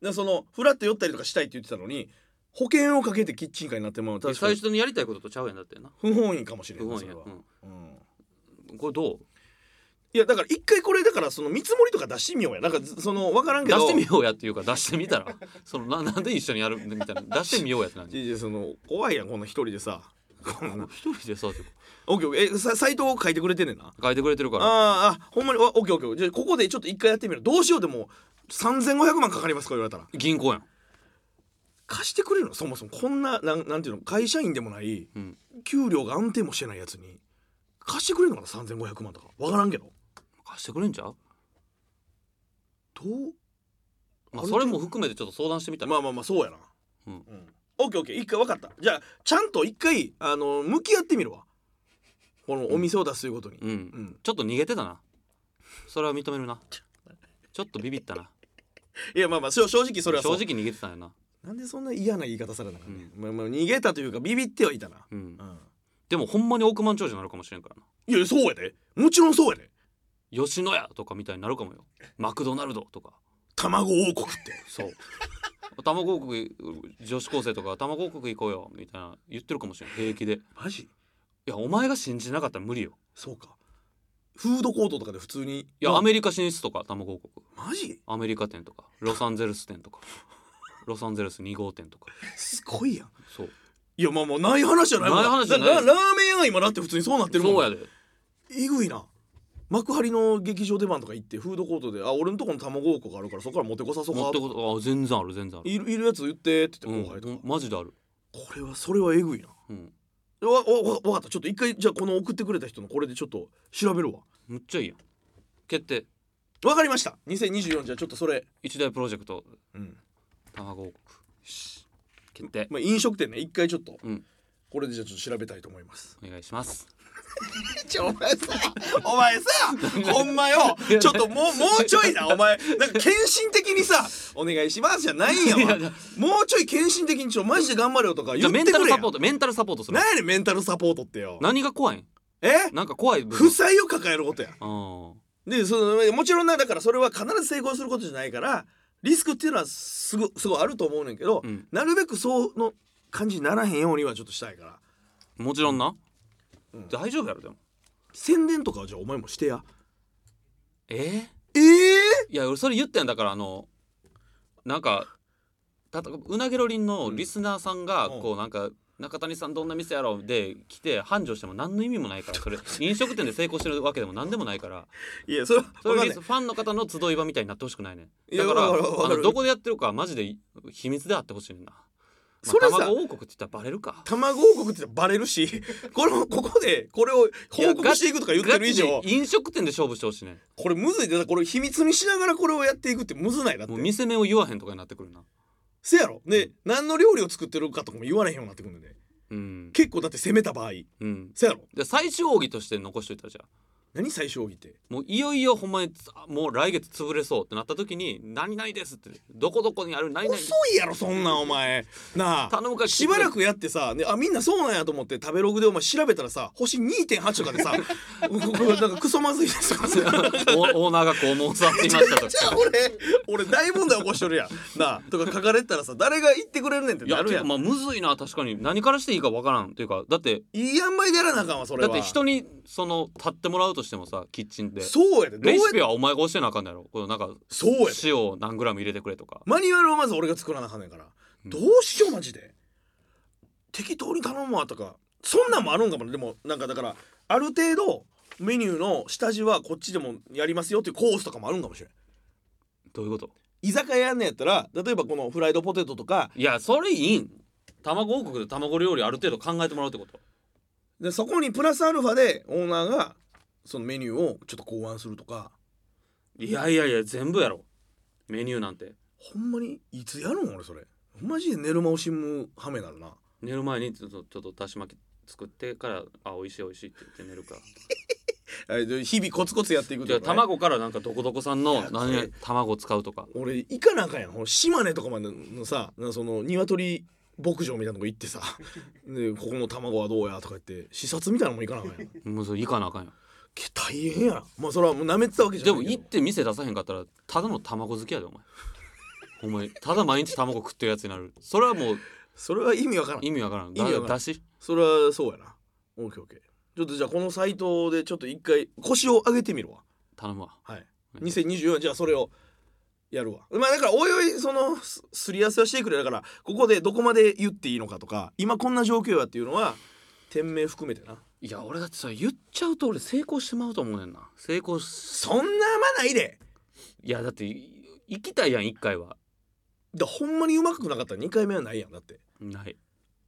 [SPEAKER 5] なそのフラッと寄ったりとかしたいって言ってたのに保険をかけてキッチンカーになってもらう
[SPEAKER 4] で
[SPEAKER 5] 確か
[SPEAKER 4] 最
[SPEAKER 5] に
[SPEAKER 4] 初にやりたいこととちゃうやんだってな
[SPEAKER 5] 不本意かもしれ
[SPEAKER 4] 不
[SPEAKER 5] な
[SPEAKER 4] 本
[SPEAKER 5] いそ
[SPEAKER 4] 意
[SPEAKER 5] れ
[SPEAKER 4] や、
[SPEAKER 5] は、うん
[SPEAKER 4] うん、これどう
[SPEAKER 5] いやだから一回これだからその見積もりとか出してみようやなんかずその分からんけ
[SPEAKER 4] 出
[SPEAKER 5] ど
[SPEAKER 4] してみようやっていうか出してみたらそのななんで一緒にやるみたいな出してみようやって何
[SPEAKER 5] [LAUGHS] いやいやその怖いやんこんな一人で [LAUGHS] さ
[SPEAKER 4] 一人でさ
[SPEAKER 5] オッケーオッケーえさサイトを書いてくれてんねんな
[SPEAKER 4] 書いてくれてるから
[SPEAKER 5] あーあほんまにわオッケーオッケーじゃあここでちょっと一回やってみるどうしようでも3500万かかりますか言われたら
[SPEAKER 4] 銀行やん、
[SPEAKER 5] 貸してくれるのそもそもこんななんなんていうの会社員でもない
[SPEAKER 4] うん、
[SPEAKER 5] 給料が安定もしてないやつに貸してくれるのかな3500万とかわからんけど
[SPEAKER 4] 貸してくれんちゃう、
[SPEAKER 5] どう
[SPEAKER 4] ま
[SPEAKER 5] あ
[SPEAKER 4] あ、
[SPEAKER 5] れ
[SPEAKER 4] それも含めてちょっと相談してみたら、
[SPEAKER 5] まあまあまあそうやな
[SPEAKER 4] うん
[SPEAKER 5] オッケーオッケー一回分かったじゃあちゃんと一回あの向き合ってみるわこのお店を出すということに、
[SPEAKER 4] うん
[SPEAKER 5] うん
[SPEAKER 4] ちょっと逃げてたなそれは認めるなちょっとビビったない
[SPEAKER 5] やまあまあそう正直そ
[SPEAKER 4] 正
[SPEAKER 5] れはそう
[SPEAKER 4] 直逃げてたんやな、
[SPEAKER 5] なんでそんな嫌な言い方されたかね、まあまあ逃げたというかビビってはいたな、
[SPEAKER 4] うん
[SPEAKER 5] う、ん、
[SPEAKER 4] でもほんまに億万長者になるかもしれんからない
[SPEAKER 5] やそうやでもちろんそうやで
[SPEAKER 4] 吉野家とかみたいになるかもよマクドナルドとか
[SPEAKER 5] 卵王国って
[SPEAKER 4] [LAUGHS] そう卵王国女子高生とか卵王国行こうよみたいな言ってるかもしれん平気でい
[SPEAKER 5] マジ
[SPEAKER 4] やお前が信じなかったら無理よ
[SPEAKER 5] そうかフードコートとかで普通にい
[SPEAKER 4] いやアメリカ進出とか卵王国
[SPEAKER 5] マジ
[SPEAKER 4] アメリカ店とかロサンゼルス店とかロサンゼルス2号店とか
[SPEAKER 5] すごいやん
[SPEAKER 4] そう
[SPEAKER 5] いやまあまあない話じゃないもん
[SPEAKER 4] ない話じゃない
[SPEAKER 5] ラララーメン屋が今だって普通にそうなってるもん
[SPEAKER 4] そうやで
[SPEAKER 5] えぐいな幕張の劇場出番とか行ってフードコートで「あ俺のとこの卵王国あるからそこから持ってこさそう
[SPEAKER 4] 持
[SPEAKER 5] か
[SPEAKER 4] って」ことあ全然ある全然ある
[SPEAKER 5] いるいるやつ言って」って
[SPEAKER 4] う
[SPEAKER 5] 言って
[SPEAKER 4] ん
[SPEAKER 5] 後輩と
[SPEAKER 4] うん
[SPEAKER 5] か、
[SPEAKER 4] マジである
[SPEAKER 5] これはそれはえぐいな
[SPEAKER 4] うん
[SPEAKER 5] わわわわかったちょっと一回じゃあこの送ってくれた人のこれでちょっと調べるわ
[SPEAKER 4] むっちゃいいやん決定
[SPEAKER 5] わかりました2024じゃあちょっとそれ、
[SPEAKER 4] 一大プロジェクト
[SPEAKER 5] うん
[SPEAKER 4] 卵王国よし決定
[SPEAKER 5] まあ、飲食店ね一回ちょっと
[SPEAKER 4] うん
[SPEAKER 5] これでじゃあちょっと調べたいと思います
[SPEAKER 4] お願いします
[SPEAKER 5] ちょお前さ [LAUGHS] お前さほんまよちょっともうもうちょいなお前なんか献身的にさ「お願いします」じゃないんやわもうちょい献身的に「ちょマジで頑張れよ」とか
[SPEAKER 4] じゃ
[SPEAKER 5] 言
[SPEAKER 4] あ
[SPEAKER 5] っ
[SPEAKER 4] メ
[SPEAKER 5] て
[SPEAKER 4] ンタ
[SPEAKER 5] くれ
[SPEAKER 4] ル
[SPEAKER 5] や
[SPEAKER 4] サポートメンタルサポートする
[SPEAKER 5] 何やねんメンタルサポートってよ
[SPEAKER 4] 何が怖いん
[SPEAKER 5] え
[SPEAKER 4] なんか怖い部分
[SPEAKER 5] 負債を抱えることや
[SPEAKER 4] うん
[SPEAKER 5] でそのもちろんなだからそれは必ず成功することじゃないからリスクっていうのはすごすごいあると思うねんけど、
[SPEAKER 4] うん
[SPEAKER 5] なるべくそうの感じにならへんようにはちょっとしたいから
[SPEAKER 4] もちろんな、
[SPEAKER 5] うん
[SPEAKER 4] 大丈夫やろでも
[SPEAKER 5] 宣伝とかはじゃあお前もしてや
[SPEAKER 4] えー
[SPEAKER 5] ええ
[SPEAKER 4] いや俺それ言ってんだからあのなんかたとうなげろりんのリスナーさんが
[SPEAKER 5] うん
[SPEAKER 4] こうなんか中谷さんどんな店やろうで来て繁盛しても何の意味もないからそれ飲食店で成功してるわけでも何でもないから
[SPEAKER 5] いやそれは
[SPEAKER 4] そ
[SPEAKER 5] 分かん
[SPEAKER 4] れ
[SPEAKER 5] ない
[SPEAKER 4] ファンの方の集い場みたいになってほしくないね
[SPEAKER 5] いや
[SPEAKER 4] だから
[SPEAKER 5] わかるわか
[SPEAKER 4] あ
[SPEAKER 5] る
[SPEAKER 4] のどこでやってるかはマジで秘密であってほしいねんな、まあ、
[SPEAKER 5] それさ
[SPEAKER 4] 卵王国って言ったらバレるか
[SPEAKER 5] 卵王国ってバレるし [LAUGHS] このここでこれを報告していくとか言ってる以
[SPEAKER 4] ガ
[SPEAKER 5] 上
[SPEAKER 4] チで飲食店で勝負してほしいねん
[SPEAKER 5] これむずいでこれ秘密にしながらこれをやっていくってむずないだっ
[SPEAKER 4] もう
[SPEAKER 5] て
[SPEAKER 4] 店名を言わへんとかになってくるな
[SPEAKER 5] せやろで何の料理を作ってるかとかも言われへんようになってくるんでね
[SPEAKER 4] うん
[SPEAKER 5] 結構だって攻めた場合
[SPEAKER 4] うん
[SPEAKER 5] せやろ
[SPEAKER 4] で最終奥義として残しといたらじゃあ
[SPEAKER 5] 何最小義って
[SPEAKER 4] もういよいよほんまにつもう来月潰れそうってなった時に「何々です」って「どこどこにある何々
[SPEAKER 5] 遅いやろそんなんお前なあ
[SPEAKER 4] 頼むから
[SPEAKER 5] しばらくやってさ、ね、あみんなそうなんやと思って食べログでお前調べたらさ星2.8と
[SPEAKER 4] [LAUGHS]
[SPEAKER 5] かでさううなんかクソまずいですとかさ
[SPEAKER 4] おオーナーが肛門を座っていました」と
[SPEAKER 5] じゃあ
[SPEAKER 4] か。
[SPEAKER 5] 俺俺大問題起こしとるやんなあとか書かれてたらさ誰が言ってくれるねんって
[SPEAKER 4] い
[SPEAKER 5] [LAUGHS] な
[SPEAKER 4] や
[SPEAKER 5] る
[SPEAKER 4] て
[SPEAKER 5] や
[SPEAKER 4] か
[SPEAKER 5] んい
[SPEAKER 4] まあむずいな確かに何からしていいかわからんというかだって
[SPEAKER 5] い塩梅でやらなあかんわそれ
[SPEAKER 4] だ
[SPEAKER 5] は
[SPEAKER 4] って人にその立ってもらうとしてもさキッチンで
[SPEAKER 5] そうやでどう
[SPEAKER 4] レ
[SPEAKER 5] やっ
[SPEAKER 4] シピはお前が教えなあかんのやろこのなんか
[SPEAKER 5] そうやで
[SPEAKER 4] 塩を何グラム入れてくれとか
[SPEAKER 5] マニュアルをまず俺が作らなあかんねんから、
[SPEAKER 4] うん
[SPEAKER 5] どうしようマジで適当に頼むわとかそんなんもあるんかもねでもなんかだからある程度メニューの下地はこっちでもやりますよっていうコースとかもあるんかもしれん
[SPEAKER 4] どういうこと
[SPEAKER 5] 居酒屋やんねやったら例えばこのフライドポテトとか
[SPEAKER 4] いやそれいいん卵王国で卵料理ある程度考えてもらうってこと
[SPEAKER 5] でそこにプラスアルファでオーナーがそのメニューをちょっと考案するとか
[SPEAKER 4] いやいやいや全部やろメニューなんて
[SPEAKER 5] ほんまにいつやるん俺それマジで寝る間をしむはめなるな
[SPEAKER 4] 寝る前にちょっとちょっとだし巻き作ってからあ美味しい美味しいって言って寝る [LAUGHS] か
[SPEAKER 5] えで日々コツコツやっていく
[SPEAKER 4] じゃ
[SPEAKER 5] と
[SPEAKER 4] あ
[SPEAKER 5] かね
[SPEAKER 4] 卵からなんかどこどこさんの何々卵使うとか
[SPEAKER 5] 俺行かなあかんやんほら島根とかまでのさなその鶏牧場みたいなとこ行って [LAUGHS] さでここの卵はどうやとか言って視察みたいなのも行かなあかんやんけ
[SPEAKER 4] もうそれいかなあかんよ
[SPEAKER 5] 大変やんまあそれはもう舐めてたわけじ
[SPEAKER 4] で
[SPEAKER 5] ゃな
[SPEAKER 4] も
[SPEAKER 5] い
[SPEAKER 4] 行って店出さへんかったらただの卵好きや [LAUGHS] でお前お前ただ毎日卵食ってるやつになるそれはもう
[SPEAKER 5] それは意味わからん
[SPEAKER 4] 意味わからん
[SPEAKER 5] 意味わからん
[SPEAKER 4] だだし
[SPEAKER 5] それはそうやなオッケーオッケーちょっとじゃあこのサイトでちょっと一回腰を上げてみるわ
[SPEAKER 4] 頼むわ
[SPEAKER 5] はい
[SPEAKER 4] うん
[SPEAKER 5] 2024じゃあそれをやるわまあだからおいおいそのすすり合わせはしてくれだからここでどこまで言っていいのかとか今こんな状況やっていうのは店名含めてない
[SPEAKER 4] や俺だってさ言っちゃうと俺成功してまうと思うねんな成功し
[SPEAKER 5] そんな甘ないで
[SPEAKER 4] いやだってい行きたいやん一回は
[SPEAKER 5] だほんまにうまくなかったら2回目はないやんだって
[SPEAKER 4] ない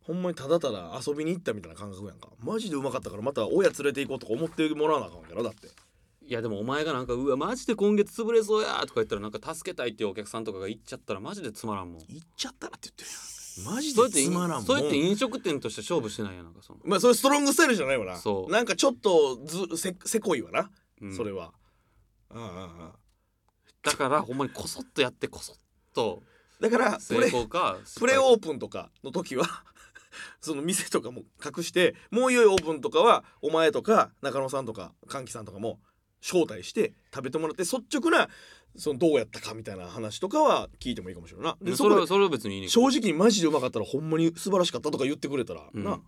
[SPEAKER 5] ほんまにただただ遊びに行ったみたいな感覚やんかマジでうまかったからまた親連れて行こうとか思ってもらわなあかんからだって
[SPEAKER 4] いやでもお前がなんか「うわマジで今月潰れそうや」とか言ったらなんか助けたいっていうお客さんとかが言っちゃったらマジでつまらんもん
[SPEAKER 5] 行っちゃったらって言ってるやんマジ
[SPEAKER 4] そうやっ
[SPEAKER 5] で
[SPEAKER 4] て
[SPEAKER 5] つまらんもん
[SPEAKER 4] そうやって飲食店として勝負してないやんなんかその、
[SPEAKER 5] まあそれストロングスタイルじゃないわな
[SPEAKER 4] そう
[SPEAKER 5] なんかちょっとずせせこいわな、
[SPEAKER 4] うん
[SPEAKER 5] それはうんうんうん
[SPEAKER 4] だからほんまにこそっとやってこそっと
[SPEAKER 5] だからプ
[SPEAKER 4] 成
[SPEAKER 5] レ
[SPEAKER 4] 功か
[SPEAKER 5] プレオープンとかの時は [LAUGHS] その店とかも隠してもういよいオープンとかはお前とか中野さんとか歓喜さんとかも招待して食べてもらって率直なそのどうやったかみたいな話とかは聞いてもいいかもしれないな
[SPEAKER 4] で
[SPEAKER 5] で
[SPEAKER 4] そ
[SPEAKER 5] そ
[SPEAKER 4] れ
[SPEAKER 5] こ
[SPEAKER 4] は
[SPEAKER 5] で
[SPEAKER 4] それは別にいいねんけ
[SPEAKER 5] 正直にマジでうまかったらほんまに素晴らしかったとか言ってくれたら、
[SPEAKER 4] うん
[SPEAKER 5] な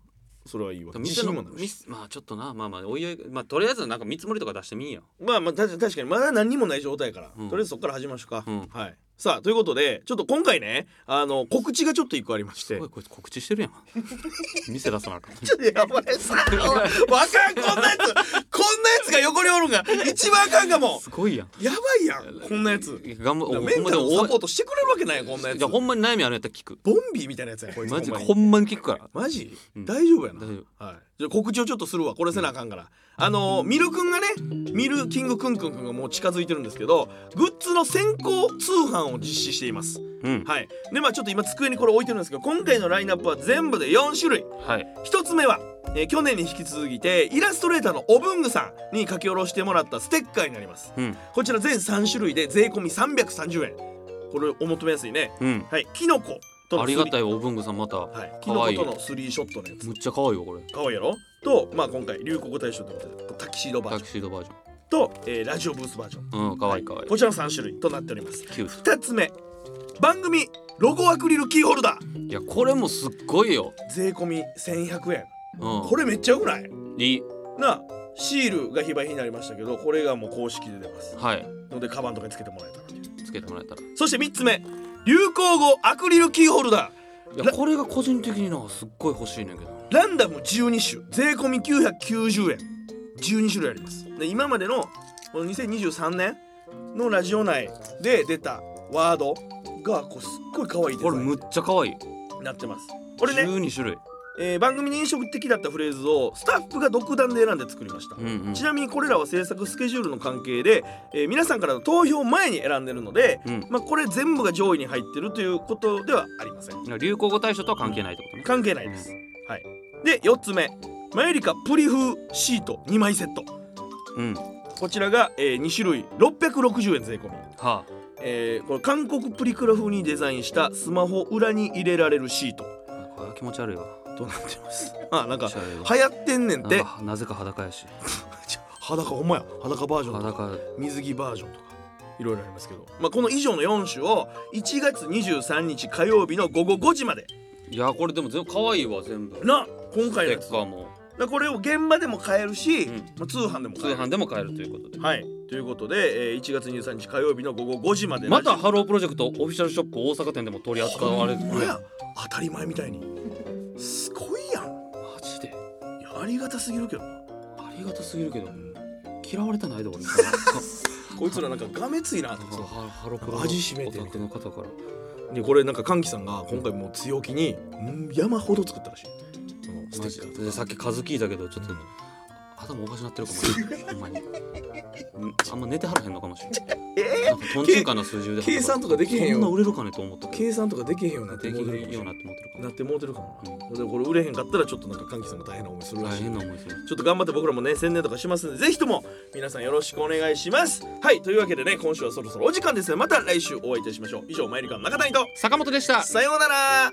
[SPEAKER 5] それはいいわ
[SPEAKER 4] ど
[SPEAKER 5] 自
[SPEAKER 4] 店
[SPEAKER 5] 信に
[SPEAKER 4] の
[SPEAKER 5] もなるし
[SPEAKER 4] 店まあちょっとなまあまあおいおいまあとりあえずなんか見積もりとか出してみんよ
[SPEAKER 5] まあまあ確か確かにまだ何にもない状態やから、
[SPEAKER 4] うん
[SPEAKER 5] とりあえずそこから始めましょうか、
[SPEAKER 4] うん
[SPEAKER 5] はいさあということでちょっと今回ねあの告知がちょっと一個ありまして
[SPEAKER 4] おいこいつ告知してる [LAUGHS] やん店出さなあかん
[SPEAKER 5] いやお前さお前 [LAUGHS] わかんこんなやつこんなやつが横におるんが一番あかんかも
[SPEAKER 4] すごいやん
[SPEAKER 5] やばいやんこんなやつ
[SPEAKER 4] い頑張
[SPEAKER 5] メ
[SPEAKER 4] お
[SPEAKER 5] ンタルをサポートしてくれるわけないやんこんなやつ
[SPEAKER 4] じゃあほんまに悩みあるんやったら聞く
[SPEAKER 5] ボンビーみたいなやつやんこいつ
[SPEAKER 4] マジ
[SPEAKER 5] ほんま
[SPEAKER 4] で
[SPEAKER 5] に
[SPEAKER 4] ほんまに聞くから
[SPEAKER 5] マジ
[SPEAKER 4] うん
[SPEAKER 5] 大丈夫やな
[SPEAKER 4] 大丈
[SPEAKER 5] はいじゃあ告知をちょっとするわこれせなあかんからあのーミルくんがねミルキングくんくんくんがもう近づいてるんですけどグッズの先行通販を実施しています
[SPEAKER 4] うん
[SPEAKER 5] はいでまあちょっと今机にこれ置いてるんですけど今回のラインナップは全部で4種類
[SPEAKER 4] はい
[SPEAKER 5] 1つ目は、えー去年に引き続きてイラストレーターのおぶんぐさんに書き下ろしてもらったステッカーになります
[SPEAKER 4] うん
[SPEAKER 5] こちら全3種類で税込み330円これお求めやすいね
[SPEAKER 4] うん
[SPEAKER 5] はいキノコとの
[SPEAKER 4] ありがた
[SPEAKER 5] い
[SPEAKER 4] いお文具さんまたむ
[SPEAKER 5] はいキ
[SPEAKER 4] か
[SPEAKER 5] ノ
[SPEAKER 4] わ
[SPEAKER 5] コ
[SPEAKER 4] いい
[SPEAKER 5] とのスリーショットのやつ
[SPEAKER 4] っちゃ可愛いよこれ
[SPEAKER 5] かわいいやろと、まあ、今回流行語大賞ということでタキシードバー
[SPEAKER 4] タ
[SPEAKER 5] ジョ
[SPEAKER 4] キシードバージ
[SPEAKER 5] ンと、えーラジオブースバージョン
[SPEAKER 4] ョンうん可愛い可愛い
[SPEAKER 5] こちらの3種類となっております
[SPEAKER 4] キュー
[SPEAKER 5] 2つ目番組ロゴアクリルキーホルダー
[SPEAKER 4] トいやこれもすっごいよ
[SPEAKER 5] 税込み1100円
[SPEAKER 4] うん
[SPEAKER 5] これめっちゃよくない
[SPEAKER 4] いい
[SPEAKER 5] なあシールが非売品になりましたけどこれがもう公式で出ます
[SPEAKER 4] はい
[SPEAKER 5] のでカバンとかにつけてもらえたら
[SPEAKER 4] つけてもらえたら
[SPEAKER 5] そして3つ目流行語アクリルキーホルダー
[SPEAKER 4] いやこれが個人的になんかすっごい欲しいねんけど
[SPEAKER 5] ランダム12種税込み990円12種類ありますで今までのこの2023年のラジオ内で出たワードがこうすっごい可愛いデ
[SPEAKER 4] こ
[SPEAKER 5] ザ
[SPEAKER 4] れ
[SPEAKER 5] イ
[SPEAKER 4] むっちゃ可愛い
[SPEAKER 5] ンになってますこ
[SPEAKER 4] こ
[SPEAKER 5] れね、
[SPEAKER 4] 12種類
[SPEAKER 5] えー番組に印象的だったフレーズをスタッフが独断で選んで作りました、
[SPEAKER 4] うんうん
[SPEAKER 5] ちなみにこれらは制作スケジュールの関係で、えー皆さんからの投票前に選んでるので、
[SPEAKER 4] うん
[SPEAKER 5] まあ、これ全部が上位に入ってるということではありません
[SPEAKER 4] 流行語大賞とは関係ないってことね
[SPEAKER 5] 関係ないです、はいで4つ目マユリカプリ風シート2枚セット
[SPEAKER 4] うんは
[SPEAKER 5] こちらが、えー2種類660円税込み、
[SPEAKER 4] あ
[SPEAKER 5] えーこれ韓国プリクラ風にデザインしたスマホ裏に入れられるシート
[SPEAKER 4] これは気持ち悪いわ
[SPEAKER 5] となってますあなんか
[SPEAKER 4] 気持ち悪いわ
[SPEAKER 5] 流行ってんねん
[SPEAKER 4] なん
[SPEAKER 5] て
[SPEAKER 4] かなぜか裸やし
[SPEAKER 5] ちょ [LAUGHS] 裸ほんまや裸バージョンとか
[SPEAKER 4] 裸
[SPEAKER 5] 水着バージョンとかいろいろありますけど、まあ、この以上の4種を1月23日火曜日の午後5時まで
[SPEAKER 4] いやこれでも全部可愛いわ全部
[SPEAKER 5] な今回の
[SPEAKER 4] ス
[SPEAKER 5] や
[SPEAKER 4] テ
[SPEAKER 5] つ
[SPEAKER 4] ッカーも
[SPEAKER 5] だからこれを現場でも買えるし、
[SPEAKER 4] うん
[SPEAKER 5] まあ、通販でも
[SPEAKER 4] 通
[SPEAKER 5] 買える
[SPEAKER 4] 販でも買えるということで
[SPEAKER 5] はい、ということで、えー1月23日火曜日の午後5時まで
[SPEAKER 4] またハロープロジェクトオフィシャルショップ大阪店でも取り扱われる
[SPEAKER 5] これや当たり前みたいにすごいやん
[SPEAKER 4] マジで
[SPEAKER 5] いやありがたすぎるけど
[SPEAKER 4] ありがたすぎるけど嫌われたない [LAUGHS] で俺
[SPEAKER 5] こいつらなんかがめついなと
[SPEAKER 4] そうハハロプロの
[SPEAKER 5] 味しめて
[SPEAKER 4] お
[SPEAKER 5] みた
[SPEAKER 4] 宅の方から
[SPEAKER 5] でこれなんか歓喜さんが今回もう強気にうん山ほど作ったらしいうんステ
[SPEAKER 4] マ
[SPEAKER 5] ッ
[SPEAKER 4] ジ
[SPEAKER 5] カー
[SPEAKER 4] でさっき数聞いたけどちょっと
[SPEAKER 5] うん
[SPEAKER 4] 頭おかしなってるかもしれないほんまにうんあんま寝てはらへんのかもしれ [LAUGHS] ない
[SPEAKER 5] え
[SPEAKER 4] なんかとんちんかな数十で
[SPEAKER 5] 計算とかできへんよ
[SPEAKER 4] そんな売れるかねと思ったけ
[SPEAKER 5] 計算とかできへんようにな
[SPEAKER 4] ど
[SPEAKER 5] って
[SPEAKER 4] で
[SPEAKER 5] も
[SPEAKER 4] き
[SPEAKER 5] うて
[SPEAKER 4] る
[SPEAKER 5] るかもし
[SPEAKER 4] よう
[SPEAKER 5] れ
[SPEAKER 4] に
[SPEAKER 5] な
[SPEAKER 4] なって思ってるか
[SPEAKER 5] いな
[SPEAKER 4] も
[SPEAKER 5] ってもうてるかも
[SPEAKER 4] うん
[SPEAKER 5] なでこれ売れへんかったらちょっとなんか歓喜さんが大変な思いするら
[SPEAKER 4] 大
[SPEAKER 5] しい
[SPEAKER 4] 変な思いする
[SPEAKER 5] ちょっと頑張って僕らもね宣伝とかしますんでぜひとも皆さんよろしくお願いしますはいというわけでね今週はそろそろお時間ですねまた来週お会いいたしましょう以上マイリカの中谷と
[SPEAKER 4] 坂本でした
[SPEAKER 5] さようなら